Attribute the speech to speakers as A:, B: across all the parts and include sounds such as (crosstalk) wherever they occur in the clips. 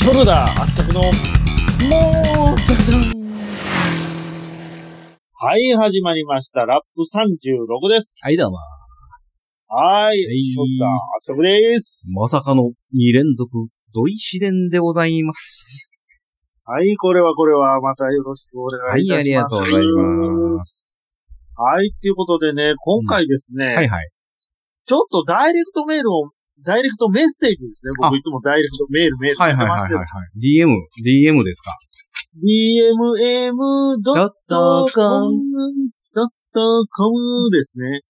A: ソルダーあったくの、もう、ザザンはい、始まりました。ラップ36です。
B: はい、どうも。
A: はい、
B: い
A: ソルダーあったくです。
B: まさかの2連続、土井試練でございます。
A: はい、これはこれは、またよろしくお
B: は
A: 願いい
B: い、
A: た
B: あ
A: し
B: りが
A: ます。
B: とうございます。
A: はい、ということでね、今回ですね、
B: はいはい。
A: ちょっとダイレクトメールを、ダイレクトメッセージですね。
B: あ
A: 僕いつもダイレクトメール、メール
B: はい
A: や
B: はい
A: っ
B: は
A: て
B: い
A: ますけ
B: はい
A: ど、
B: はい。DM、DM ですか
A: dmm.
B: ドッ
A: ドットコ
B: ン。
A: ム、ドットコムです
B: (laughs)
A: ね。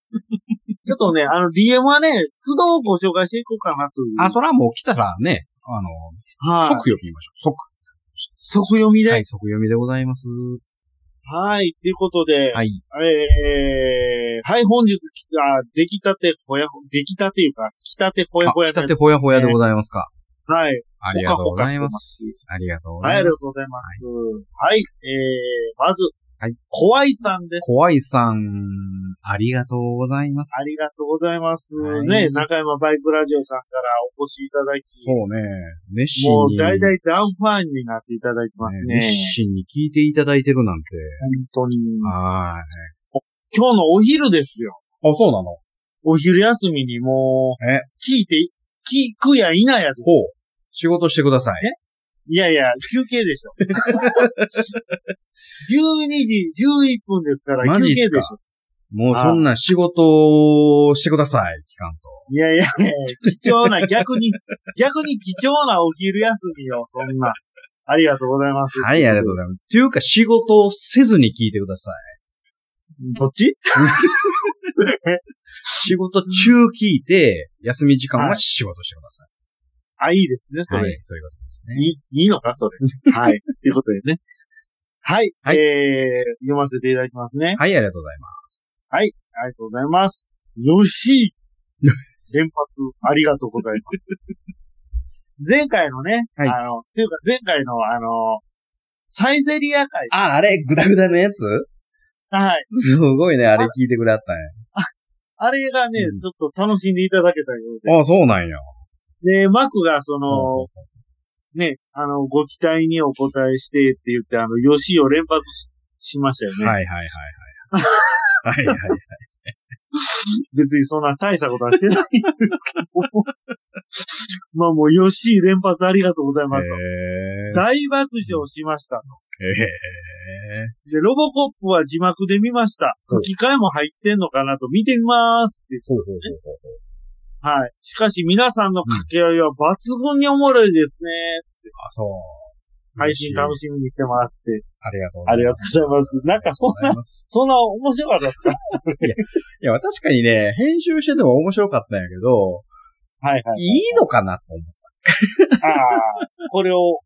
A: ちょっとね、あの DM はね、都度ご紹介していこうかなという。
B: あ、そらもう来たらね、あの、
A: はい、
B: 即読みましょう。即。
A: 即読みで。は。
B: はいい、即読みでございます。
A: ということで、
B: はい。
A: えー、はい、本日、あ、出来たてほやほ、出来たていうか、来たてほや
B: あ、
A: ほや
B: 来たてほやほやでございますか。
A: はい。
B: ありがとうござい
A: ほかほ
B: ま
A: か
B: す
A: し。
B: ありがとうご
A: はい、
B: ざ
A: あ
B: い
A: りが
B: ま
A: と
B: す
A: う。ございます。はい、えー、まず、
B: はい。
A: 怖いさんです。
B: 怖いさん、ありがとうございます。
A: ありがとうございます。
B: はい
A: ね、中山バイクラジオさんからお越しいただき、
B: そうね、熱心に。
A: もう大体ダンファンになっていただいてますね。
B: 熱心に聞いていただいてるなんて。
A: 本当に。
B: はい。
A: 今日のお昼ですよ。
B: あ、そうなの
A: お昼休みにもう、
B: え
A: 聞いて、聞くやいなやです。
B: ほう。仕事してください。
A: いやいや、休憩でし
B: (laughs)
A: ょ。12時11分ですから、
B: マ
A: 休
B: ジっ
A: 憩
B: すか
A: でしょ。
B: もうそんな仕事をしてください、期間と。
A: いやいやいや、貴重な、逆に、 (laughs) 逆に貴重なお昼休みを、そんな。ありがとうございます。
B: はい、ありがとうございます。っていうか、仕事をせずに聞いてください。
A: どっち
B: 仕事中聞いて、休み時間は仕事してくださ
A: あ、いいですね、それ。
B: い。はい、そういうことですね。
A: いい、いいのか、そ
B: (laughs)
A: れ。はい。ということでね。はい。
B: はい
A: えー、読ませていただきますね。
B: はい、ありがとうございます。
A: ありがとうございます。よ
B: (laughs)
A: し連発、ありがとうございます。前回のね、
B: はい
A: あの、というか前回の、あの、サイゼリア会。
B: あ、あれ、グダグダのやつ
A: はい。
B: すごいね、あれ聞いてくれはったね。
A: あれがね、
B: うん
A: ちょっと楽しんでいただけたよう
B: あ、そうなんや。
A: で。で、マクがその、ね、あの、ご期待にお答えしてって言って、あの、よしを連発ししましたよね。
B: はいはいはいはい。 (laughs) はいはい。
A: 別にそんな大したことはしてないんですけども。 (laughs) まあもう、よし、連発ありがとうございました。
B: えー、
A: 大爆笑しました。
B: え
A: で、ロボコップは字幕で見ました。
B: うん
A: 吹き替えも入ってんのかなと見てみますって。
B: ー、ほうほうほうほう。
A: はい。しかし皆さんの掛け合いは抜群におもろいですね。
B: あ、そう。
A: 配信楽しみにしてますって。
B: ありがとう
A: ありがとうございます。なんかそん
B: ありが
A: な
B: とうござい、ます
A: そんな面白かったですか
B: いや、確かにね、編集してても面白かったんやけど、
A: はいはい。
B: いいのかなと思って。
A: ああ、これを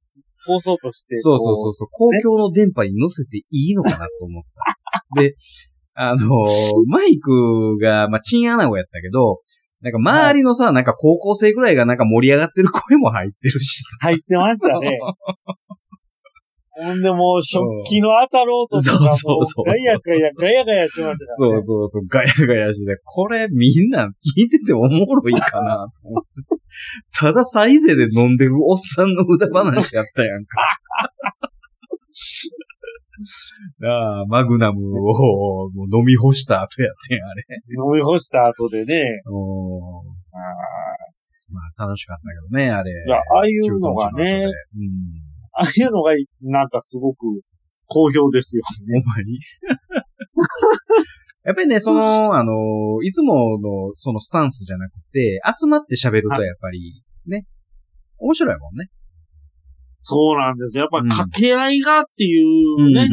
A: 放送として。
B: そうそうそうそう、公共の電波に乗せていいのかなと思 (laughs) った。で、あのーマイクが、まあ、チンアナゴやったけど、なんか周りのさ、なんか高校生ぐらいがなんか盛り上がってる声も入ってるしさ。
A: 入ってましたね。ほんでもう、食器の当たろうととか、も
B: そうそうそうそう
A: ガヤガヤ、ガヤガヤしてましたから
B: そ
A: ね
B: う。そうそう、ガヤガヤして、これみんな聞いてておもろいかなと思って。 (laughs) ただサイゼで飲んでるおっさんの歌話やったやんか。 (laughs) なあ、マグナムをもう飲み干した後やってん、あれ。
A: 飲み干した後でね。
B: おーまあ、楽しかったけどね、あれ。い
A: やああいうのがね
B: うん。
A: ああいうのが、なんかすごく好評ですよ。
B: ほんまに。 (laughs) やっぱりね、その、あの、いつもの、そのスタンスじゃなくて、集まって喋るとやっぱり、ね、面白いもんね。
A: そうなんです。やっぱ
B: うん
A: 掛け合いがっていうね、
B: ん。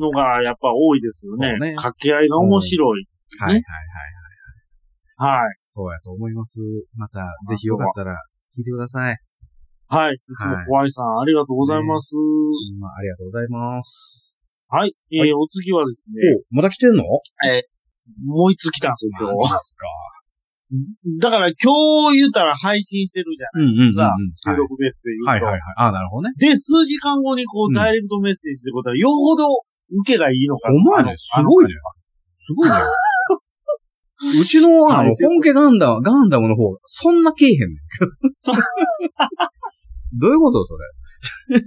A: のがやっぱ多いですよ
B: そう
A: ね。
B: ね
A: 掛け合いが面白い。
B: はいはいはい。
A: はい。
B: そうやと思います。また、ぜひよかったら、聞いてください。
A: はい。いつも怖いさん、ありがとうございます。
B: まあ、ありがとうございます。
A: はい。
B: は
A: えー、お次はですね、
B: おまた来てんの
A: もう一つ来たんですよ、今
B: マジ
A: 日。
B: っすか。
A: だから今日言ったら配信してるじゃん。
B: うんうんうんうん。
A: が
B: はい
A: 収録ベースで
B: は
A: 言
B: いう
A: と
B: はいはい。。ああ、なるほどね。
A: で、数時間後にこ
B: う
A: う、
B: ん
A: ダイレクトメッセージってことは、よほど受けがいいのか
B: ほんまやね。すごいね。。すごいね。 (laughs) うちの、あ
A: は
B: の、
A: い
B: 本家ガンダム、ガンダムの方、そんなけえへんねん。どういうことそれ。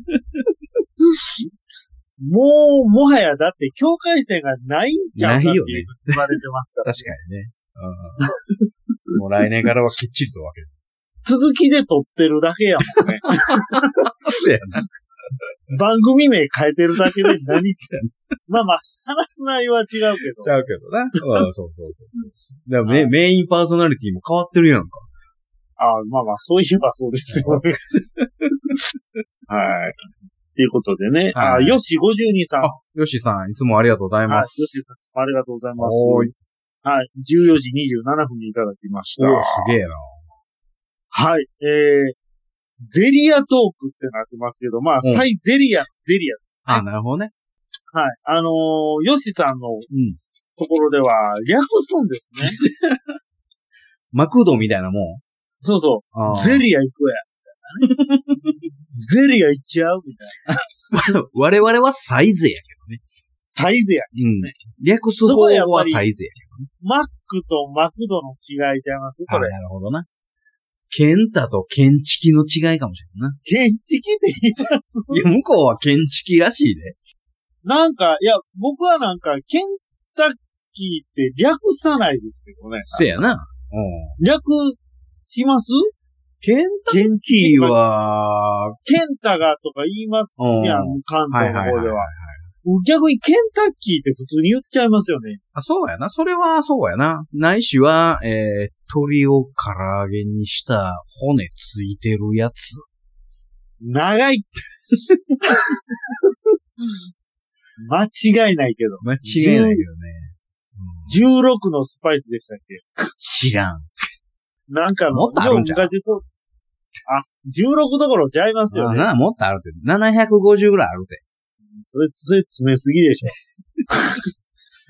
A: もう、もはやだって境界線がないんちゃうかって
B: ない
A: いう
B: よね
A: 言われてますから。 (laughs)
B: 確かにね。うんもう来年からはきっちりと分ける。
A: 続きで撮ってるだけやもんね。
B: そうやな。 (laughs)
A: 番組名変えてるだけで何 (laughs) せ。まあまあ、話す内容は違うけど。
B: ちゃうけどな。うん、そうそうそう。だからメメインパーソナリティも変わってるやんか。
A: ああまあまあ、そういえばそうですよね。
B: (laughs)
A: はい。ということでね。あ
B: は
A: あ、
B: い
A: よし52さん。
B: あ、よしさん、いつもありがとうござい
A: はい、
B: ま
A: よ
B: す。
A: しさん、ありがとうございます。
B: おーい
A: はい。14時27分にいただきました。
B: おーすげえな。
A: はい。えー、ゼリアトークってなってますけど、まあ、
B: うん
A: サイゼリア、ゼリアです。
B: あ、なるほどね。
A: はい。あのー、ヨシさんの
B: うん。
A: ところでは、略すんですね。
B: マクドみたいなも
A: そうそ
B: ん。あ
A: う。
B: ー
A: ゼリア行くや。 (laughs) みたいなねゼリア行っちゃうみたい
B: (laughs) 我々はサイズや
A: な。サイゼや。
B: けどね。うん。略す方はサイズや
A: マックとマクドの違いちゃいます
B: けど。
A: それ。
B: あなるほどな。ケンタとケンチキの違いかもしれんな。
A: 建築って言い出す。
B: いや、向こうはケンチキらしいで。
A: なんか、いや、僕はなんか、ケンタッキーって略さないですけどね。
B: せやな。うん。
A: 略します
B: ケン
A: ケン
B: タッキーは、
A: ケンタがとか言います
B: うん。
A: じゃ
B: は
A: ん、関
B: い
A: 東の
B: はいは
A: 方
B: い
A: で
B: はい
A: は。。逆にケンタッキーって普通に言っちゃいますよね。
B: あ、そうやな。それはそうやな。ないしは、えー、鳥を唐揚げにした骨ついてるやつ。
A: 長い。 (laughs) 間違いないけど。
B: 間違いないけどね。うん
A: 16のスパイスでしたっけ
B: 知らん。
A: なんかの
B: もっ、とあるんじゃん
A: 昔そう。あ、16どころちゃいますよ
B: あ
A: ね。
B: な、もっとあるって。750ぐらいあるって。
A: それ、それ詰めすぎで
B: (laughs)
A: しょ。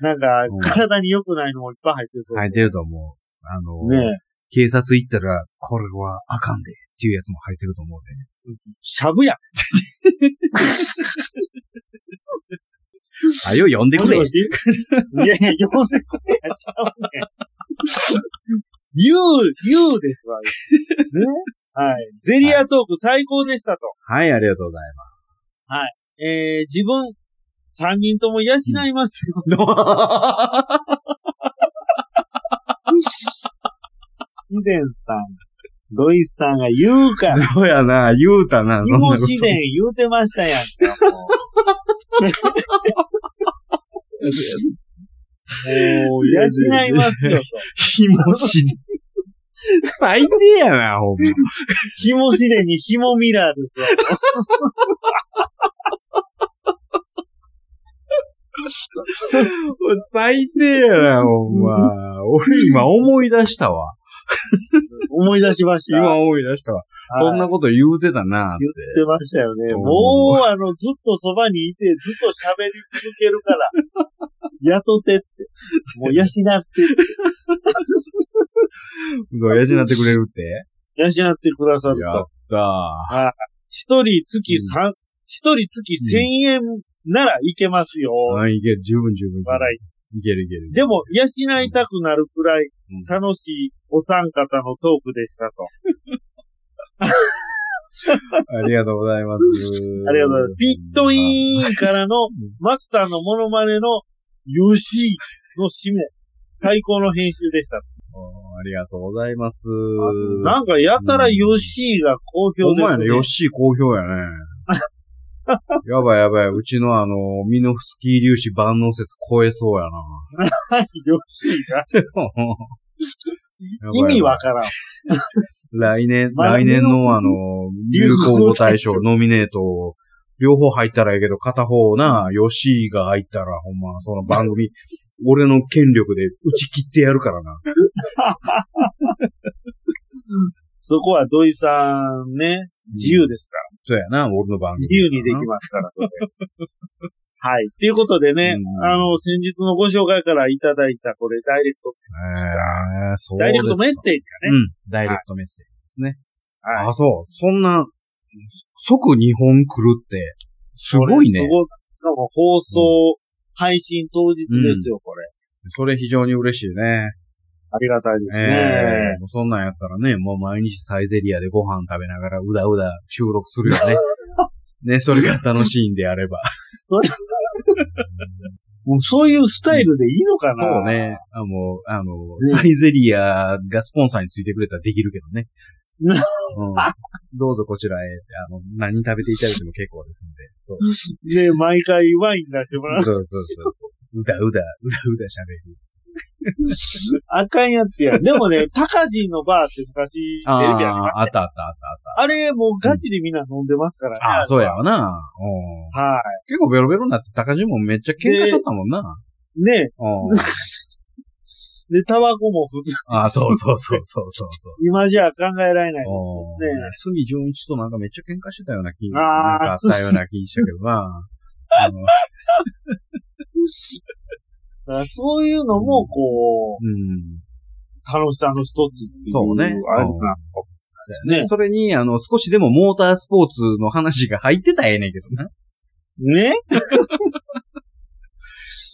A: なん
B: うん
A: か、体に良くないのもいっぱい入ってそう。
B: 入ってると思う。あの、
A: ねえ。
B: 警察行ったら、これはあかんで、っていうやつも入ってると思うね。
A: しゃぶや。
B: あ、よ、呼んで
A: も
B: く
A: し
B: れ
A: も。し (laughs) いやいや、呼んでくれやっちゃうね。言う、言うですわ。ね。 (laughs) はい。ゼリアトーク最高でしたと。
B: はい、ありがとうございま
A: えー、自分、三人とも養いますよ。
B: す。
A: 自然さん、ドイツさんが言うから。
B: そうやな、言うたな、そんな
A: 芋
B: こと。
A: 自然言うてましたやんか、もう。もう、養いますよと。
B: 紐しで。最低やな、ほんま。
A: 紐自然に紐ミラーですわ。
B: 最低やな、ほんま。俺今思い出したわ。
A: 思い出しました。
B: 今思い出したわ。
A: はい
B: そんなこと言うてたな、って。
A: 言ってましたよね。
B: うん
A: もう、あの、ずっとそばにいて、ずっと喋り続けるから、
B: (laughs)
A: 雇ってって。もう養ってって、
B: そう、養ってくれるって。
A: 養ってくださる
B: やっ
A: と。
B: たー。
A: 一人月三、一人月千円ならいけますよ。
B: うん、いける、十分十分。
A: 笑
B: い。いけるいける。
A: い。でも、養いたくなるくらい
B: うん、
A: 楽しいお三方のトークでしたと。
B: ありがとうございます。
A: ありがとうございます。ピットインからの、マクさんのモノマネの UC の締め、最高の編集でした。
B: うんありがとうございます。
A: なんかやたらヨッシーが好評
B: お
A: で
B: 前
A: す
B: ね、
A: ね。
B: ヨッシー好評やね。 (laughs) やばいやばい。うちのあの、ミノフスキー粒子万能説超えそうやな。
A: ヨッシーが。
B: やばい
A: (laughs) 意
B: やばい
A: 味わからん。
B: 来年、
A: まあ
B: 来年
A: ミノフス
B: のあの、流行語大賞ノミネート、両方入ったらええけど、片方な、ヨッシーが入ったら、ほんま、その番組、 (laughs) 俺の権力で打ち切ってやるからな。
A: そこは土井さんね、自由ですから。
B: そうやな、俺の番組。
A: 自由にできます
B: (laughs)
A: から。それはい。ということでね
B: う、ん
A: あの、先日のご紹介からいただいた、これ、ダイレクト、
B: えー、そう
A: ダイレクトメッ
B: ージ
A: セージがね。
B: うん、ダイレクトメッセージですね。
A: はい
B: あ、そう。そんな、即日本来るって、すごい
A: これす
B: ね。
A: ごしかも放送、配信当日ですよ、これ。
B: それ非常に嬉しいね。
A: ありがたいですね。
B: ええもうそんなんやったらね、もう毎日サイゼリアでご飯食べながらうだうだ収録するよ
A: (laughs)
B: ね。ね、それが楽しいんであれば。
A: もうそういうスタイルでいいのかな、
B: そう。ね。あもう、あの、
A: ん
B: サイゼリアがスポンサーについてくれたらできるけどね。
A: (laughs) うん
B: うん、どうぞこちらへ、あの、何食べていただいても結構ですんで。そう
A: ね毎回ワイン出してもら
B: そう
A: う。
B: そうそうそう。うだうだ、うだうだ喋る。
A: あかんやつや。でもね、
B: (laughs)
A: タカジンのバーって昔テレビありまし
B: あ、
A: た
B: あ
A: よ。
B: ったあったあったあっ
A: あれ、もうガチでみんな飲んでますからね。
B: た。ああ、そうやわな。うん
A: は
B: 結構ベロベロになって、高島もめっちゃ喧嘩しとったもんな。
A: い。ね
B: うん
A: で、タバコも普通、
B: ああ、そうそうそうそうそうそう。 (laughs)
A: 今じゃ考えられないです
B: お
A: けどね。
B: 杉純一となんかめっちゃ喧嘩してたような気、
A: あー
B: なんかあったような気したけどな。あの
A: だからそういうのも、こ
B: うん。
A: う、楽しさの一つっていう。
B: そうね
A: あれかな。ね
B: それに、あの、少しでもモータースポーツの話が入ってたらええねんけどな。
A: ね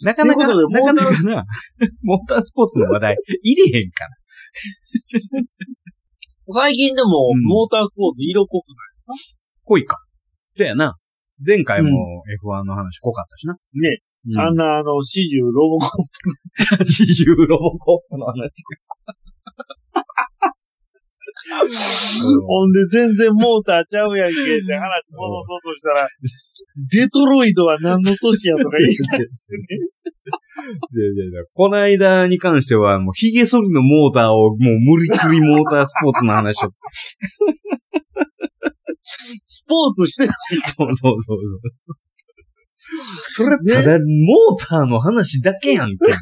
B: なかなか、
A: ということで
B: なかなかな、モータースポーツの話題入れへんか
A: 最近でも
B: うん、
A: モータースポーツ色濃くないですか、
B: 濃いか。そやな。前回も F1 の話濃かったしな。
A: ね
B: うん、 (laughs)
A: あんな、あの、四十ロボコン
B: 四十ロボコップの話。うん
A: ほんで全然モーターちゃうやんけって話戻そうとした
B: (laughs)
A: ら、デトロイドは何の都市やとか言い出してね。
B: いやいやいやこの間に関しては、もう、髭剃りのモーターを、もう、無理くりモータースポーツの話を。
A: スポーツしてない。
B: そうそうそうそう。それ、ただ、モーターの話だけやんけ、みたい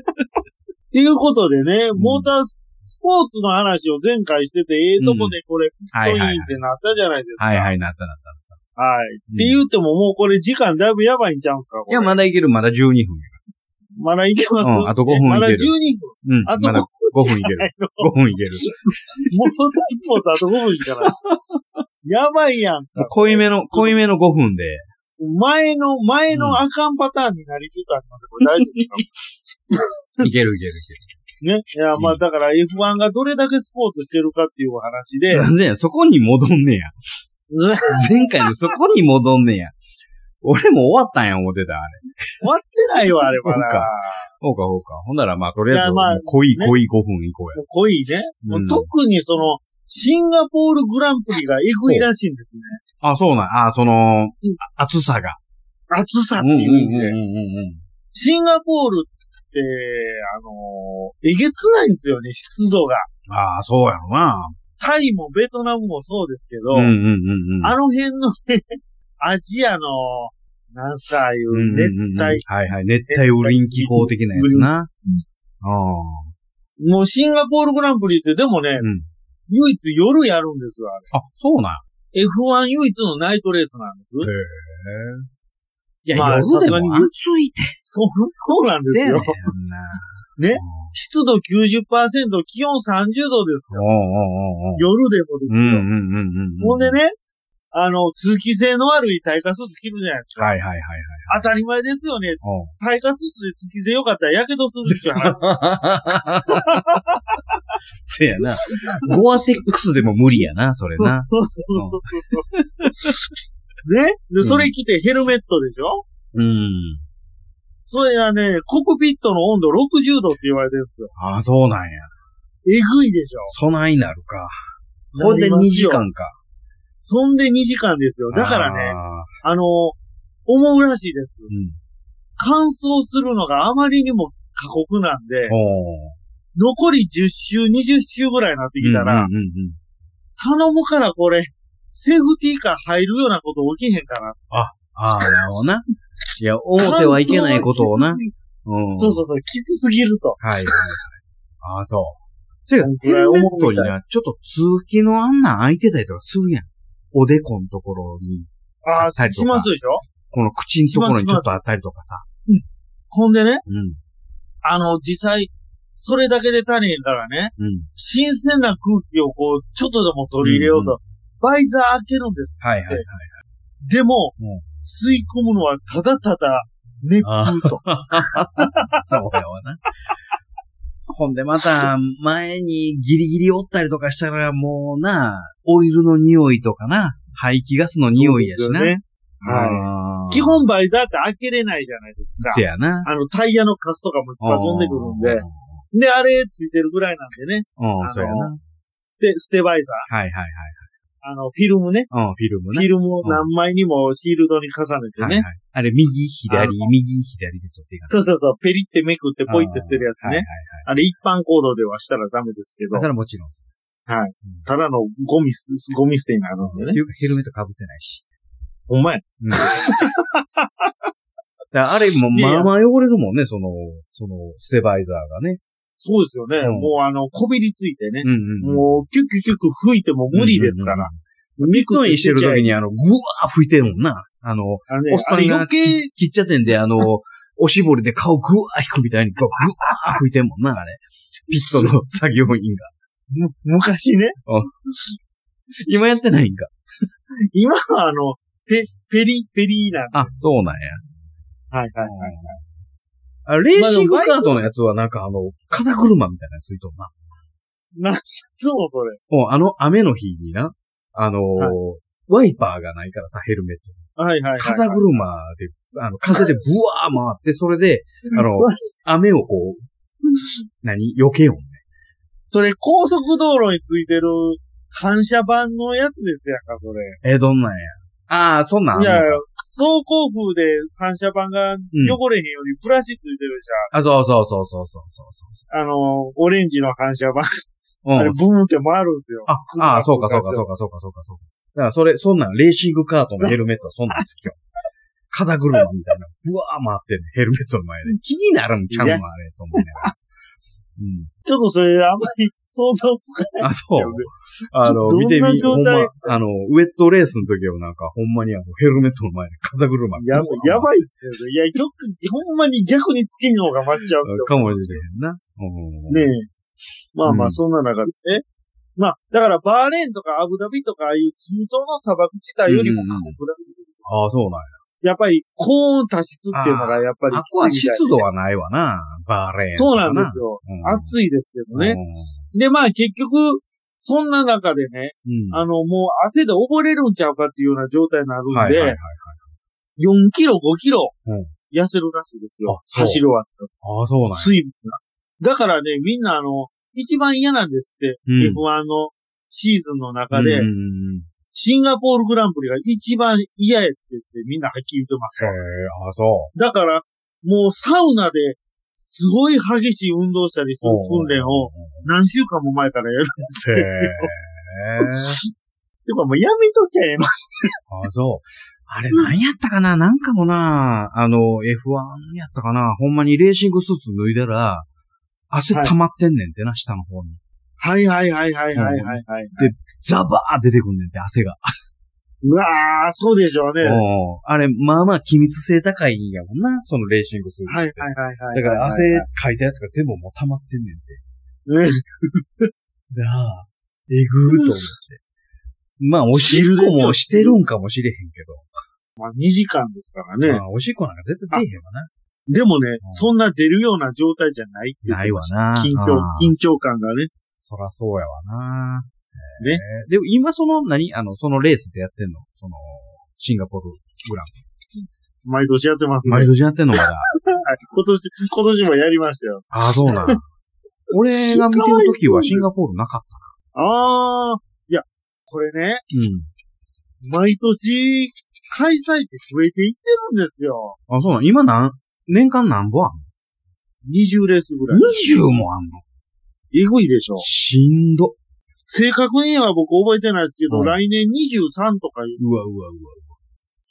A: っていうことでね、
B: ん
A: モータースポーツの話を前回してて、ええとこでこれ、
B: な。
A: ト
B: はい
A: インっ
B: はい。
A: てなったじゃないですか。
B: はいはい、なったなった。
A: はい。
B: うん
A: って言うてももうこれ時間だいぶやばいんちゃうんすかこ
B: い
A: れ
B: や、まだいける、まだ12分や
A: まだいけます、
B: うんあと5分
A: まだ
B: い
A: 12
B: ける
A: 分。
B: うん、
A: あと
B: ま
A: 5分
B: だ。5分いける。5分いける。
A: モータースポーツあと5分しかない。やばいやん
B: もう
A: か。
B: 濃いめの、濃いめの5分で。
A: 前の、前のあかんパターンになりつつあります。これ大丈夫ですか
B: いけるいける (laughs)
A: ね。いや、ま
B: う
A: あだから F1 がどれだけスポーツしてるかっていうお話
B: いけ
A: で (laughs)
B: る。、なんでやそこに戻んね (laughs) や。
A: 終わっ
B: 前回のそこに戻んねや。俺も終わったんや、思ってた、あれ。
A: てないわ、あれま
B: そうか
A: だ。
B: そうか、そうか。ほんなら、まあ、とりあえ
A: い
B: ず、
A: やまあ
B: もう濃い、
A: ね
B: 濃い5分以降や。
A: もう濃いね。もう
B: うん
A: 特にその、シンガポールグランプリがエグいらしいんですね。
B: あ、そうなん。あ、その、あ暑さが。
A: 暑さっ
B: う
A: て
B: んうんう
A: いうん
B: ん
A: で。
B: うん
A: シンガポールって、あのーえげつないんですよね、湿度が。
B: うん。ああ、そうやろな。
A: タイもベトナムもそうですけど、
B: うんうんうんうん。
A: あの辺のね、 (laughs) アジアの、なんすか、ああい
B: う
A: う
B: んうんうんうん
A: 熱帯
B: はいはい。熱帯雨林気候的なやつな。ああ。
A: もうシンガポールグランプリってでもね、
B: ん
A: 唯一夜やるんですよ、あ
B: あ、そうなん。
A: れ。F1 唯一のナイトレースなんです。
B: へえ。いや、
A: まあ
B: 夜で
A: さすがに
B: も暑いて。
A: そう、そうなんですよ。
B: せやねんな。
A: ね湿度90%、気温30度です
B: う
A: よ。
B: んおうおうおうおう。
A: 夜でもで
B: う
A: す
B: ん
A: よ。
B: うんうんうんうん。
A: ほんで。ね、あの、通気性の悪い耐火スーツ着るじゃないですか。
B: はいはいはいはい。
A: 当たり前ですよね。(laughs)
B: おう
A: 耐火スーツで通気性良かったら火傷するっていう話。
B: せやな。ゴアテックスでも無理やな、 (laughs) それな。
A: そうそうそうそうそう。ねで、それ着てヘルメットでしょ、
B: うん。
A: それがね、コックピットの温度60度って言われてるんですよ。
B: ああ、そうなんや。
A: えぐいでしょ
B: 備えになるか。ほんで2時。間か。
A: そんで2時間ですよ。だからね、
B: あ
A: あの、思うらしいです。
B: ー。うん。
A: 乾燥するのがあまりにも過酷なんで、
B: おー
A: 残り10周、20周ぐらいになってきたら、
B: うんうんうんうん。
A: 頼むからこれ、セーフティーカー入るようなこと起きへんかな。
B: ああ、なるほどな。いや、大手はいけないことを
A: 乾
B: な
A: 燥。がきつす
B: うん。
A: ぎそうそうそう、きつすぎると。
B: はいはいはい。ああ、そう。てか
A: ほん、と
B: ヘ
A: だ
B: ルメットにな、ちょっと通気のあんなん開いてたりとかするやん。おでこのところに、
A: ああ、
B: 入ると
A: しますでしょ
B: この口のところに
A: し
B: ちょ
A: ま
B: っ
A: す
B: と当たりとかさ。
A: ほんでね、
B: うん。
A: あの、実際、それだけで足りへんからね、
B: うん。
A: 新鮮な空気をこう、ちょっとでも取り入れようと、バイザー開けるんです。
B: はいはいはい。
A: でも、
B: うん
A: 吸い込むのはただただ熱風と。
B: そうやわな。ほんでまた、前にギリギリおったりとかしたら、もうな、オイルの匂いとかな、排気ガスの (laughs) 匂いやしな。
A: そうですよねは。
B: はい
A: 基本バイザーって開けれないじゃないですか
B: せ。やな。 (laughs)
A: あの、タイヤのカスとかもいっぱい飛んでくるんで。で、あれついてるぐらいなんでね。
B: うん。う
A: あ
B: ん、
A: の
B: そうやな。
A: で、ステバイザ
B: はいはいはい。
A: ー。あの、フィルムね。
B: うん、フィルム
A: フ
B: ね。
A: ィルムを何枚にもシールドに重ねて
B: はい
A: ね。
B: はい。あれ、右、
A: あ
B: 左、右、左で撮っていかない
A: そうそうそう、ペリってめくってポイって捨てるやつ
B: はいはいは
A: ね
B: い。。
A: あれ一般行動ではしたらダメですけど
B: そ、れはもちろんです。
A: はい
B: うん。
A: ただのゴミす、ゴミ捨てになるんで
B: っ
A: ね
B: て。いうか、ヘルメット被ってないし。
A: ほんまや。
B: うん。だからあれも、まあまあ汚れるもんね、その、その、ステバイザーがね。
A: そうですよね。
B: うん
A: もうあの、こびりついてね。
B: うんうんうん。
A: もう、キュッキュッキュッキュ吹いても無理ですから。
B: ビットインしてる時
A: に。
B: に、あの、ぐわー吹いてるもんな。あの、
A: あのね
B: おっ
A: あ
B: さ
A: れ
B: んが
A: 余計、
B: き切っちゃってん
A: (laughs)
B: で、あの、おしぼりで顔ぐわー引くみたいに、ぐわー吹いてんもんな、あれ。ピットの作業員が。
A: む昔ね。
B: 今やってないんか。
A: 今はあの、ペ、ペリ、ペリーなんで。
B: あ、そうなんや。
A: はいはいはい。
B: あレーシングカートのやつはなんかあの、風車みたいなやついとんな。
A: そうそれ。
B: もうあの雨の日にな、あのー
A: は
B: ワイパーがないからさ、ヘルメット。
A: はいはいはい。
B: 風車で、あの、風でブワー回って、それで、あの、雨をこう、
A: (laughs)
B: 何避けようね。
A: それ高速道路についてる反射板のやつですやんか、それ。
B: え、どんなんや。ああ、そんなんあん
A: い
B: の
A: や
B: か、
A: 走行風で反射板が汚れへんよりブラシついてるじ
B: あ、そうそうそうそうそうそうそうそ
A: ゃん。あの、オレンジの反射板。
B: う。うん
A: あれ、ブーンって回るんですよ。
B: あ、ああ、そうか、そうか、そうか、そうか、そうか、そうか。だから、それ、そんなん、レーシングカートのヘルメットはそんなんつきよ。風車みたいな、ぶわー回ってんね、ヘルメットの前で。気になるんちゃうのあれ、と思うね。
A: ちょっとそれ、あんまり想像つか
B: うん。あ、そ
A: ないうよ。ね。
B: あの、
A: どんな
B: 見てみ、
A: 状
B: ほん
A: 態
B: ま、あの、ウェットレースの時はなんか、ほんまにあの、ヘルメットの前で風車。
A: やばや
B: い。
A: ばいっすね。いや、よく、ほんまに逆につけんのが増しちゃうって
B: かもしれへんな。うん
A: ねえ。まあま
B: う
A: あ、
B: ん
A: そんな中で、ね。まあ、だから、バーレーンとかアブダビとか、ああいう中東の砂漠地帯よりも過酷らしいです。
B: ああ、そうなん
A: やっぱり、高温多湿っていうのが、やっぱり
B: や。あ
A: き
B: っこは
A: ついみたい
B: 湿度はないわな、バーレーン。
A: そうなんです。よ。
B: うん
A: 暑いですけどね。
B: ね。
A: で、まあ、結局、そんな中でね、
B: うん。
A: あの、もう汗で溺れるんちゃうかっていうような状態になるん
B: はいはいはいは
A: で
B: い、。
A: 4キロ、5キロ
B: うん、
A: 痩せるらしいですよ
B: あ。そう
A: 走るわ。
B: ああ、そうなんや。
A: 水分が。だからね、みんなあの、一番嫌なんですって、
B: うん
A: F1 のシーズンの中で、
B: うんうんうん
A: シンガポールグランプリが一番嫌やって言ってみんなはっきり言ってます
B: へえ
A: よ。、
B: あ、そ
A: だから、もうサウナで、すごい激しい運動したりす
B: う
A: る。訓練を何週間も前からやるん (laughs) です
B: へ
A: よ。
B: え。
A: てかもうやめとけば、
B: あ、そう。あれ、何やったかななんかもな、あの、F1 やったかなほんまにレーシングスーツ脱いだら、汗溜まってんねんってな、下の方に。
A: はいはいはいはいはいはいはい。
B: ザバー出てくんねんって、汗が。
A: うわー、そうでしょうね。はい
B: おうあれ、まあまあ、機密性高いんやもんな、そのレーシングスーツって。
A: はいはいはい。
B: だから、汗
A: はい
B: かいたやつが全部もう溜まってんねんって。
A: はい。ね
B: で、ああ、えぐーと思って。まあ、おしっこもしてるんかもしれへんけど。
A: まあ2時間ですからね。
B: まあ、おしっこなんか絶対出えへんわな。
A: でもね、
B: うん
A: そんな出るような状態じゃないって言っ
B: な
A: て
B: い
A: ま
B: わ
A: した
B: な。
A: 緊
B: う
A: 張
B: ん、
A: 緊張感がね。
B: そらそうやわな。
A: ね
B: えー。でも今その、何あの、そのレースってやってんのその、シンガポールグラン
A: 毎年やってます
B: プリ。
A: ね。
B: 毎年やってんのまだ。
A: はい今年、今年もやりましたよ。
B: ああ、そうなん。 (laughs) 俺が見てる時はシンガポールなかっ
A: あー、いや、これね、
B: た。うん。
A: 毎年、開催って増えていってるんですよ。
B: あ、そうなん。今なん、年間何本あん
A: 20レースぐら
B: の
A: い。
B: ?20 もあんの
A: えぐいでしょ。
B: しんど。
A: 正確には僕覚えてないですけど、
B: うん
A: 来年23とかいう
B: うわうわうわうわ。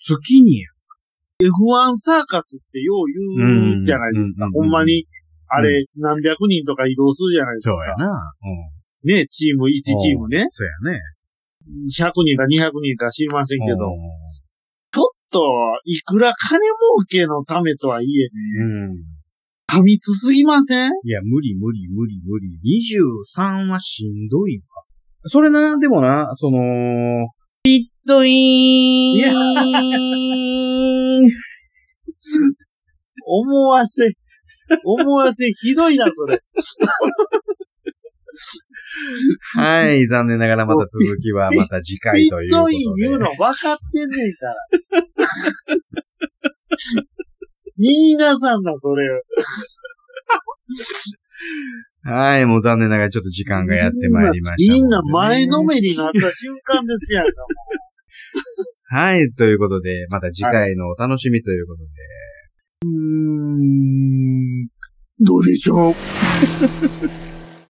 B: 月にや。
A: F1 サーカスってよう言うじゃないですか
B: う。んうんうんう
A: ほん
B: ん
A: まに、あれ、何百人とか移動するじゃないです
B: そう
A: か。
B: やな。うん。
A: ね、チーム、1チームね。
B: そうやね。
A: 100人か200人か知りませんけど、
B: うん
A: ちょっと、いくら金儲けのためとはいえ、
B: うん。
A: 過密すぎません
B: いや、無理無理無理無理。23はしんどいわ。それな、でもな、その、ピットイ
A: い
B: (laughs)
A: や
B: ーン
A: (laughs) 思わせ。思わせひどいな、それ。
B: はい、残念ながらまた続きはまた次回
A: ビ
B: とい
A: ッ
B: うこ
A: ト
B: とで
A: イン言うの分かってんねんから。 (laughs) 言いなさんだ、それ。
B: はい、もう残念ながらちょっと時間がやってまいりました、
A: みんな前のめりになった瞬間ですやんか。
B: はい、ということで、また次回のお楽しみということで。
A: うーん、どうでしょう。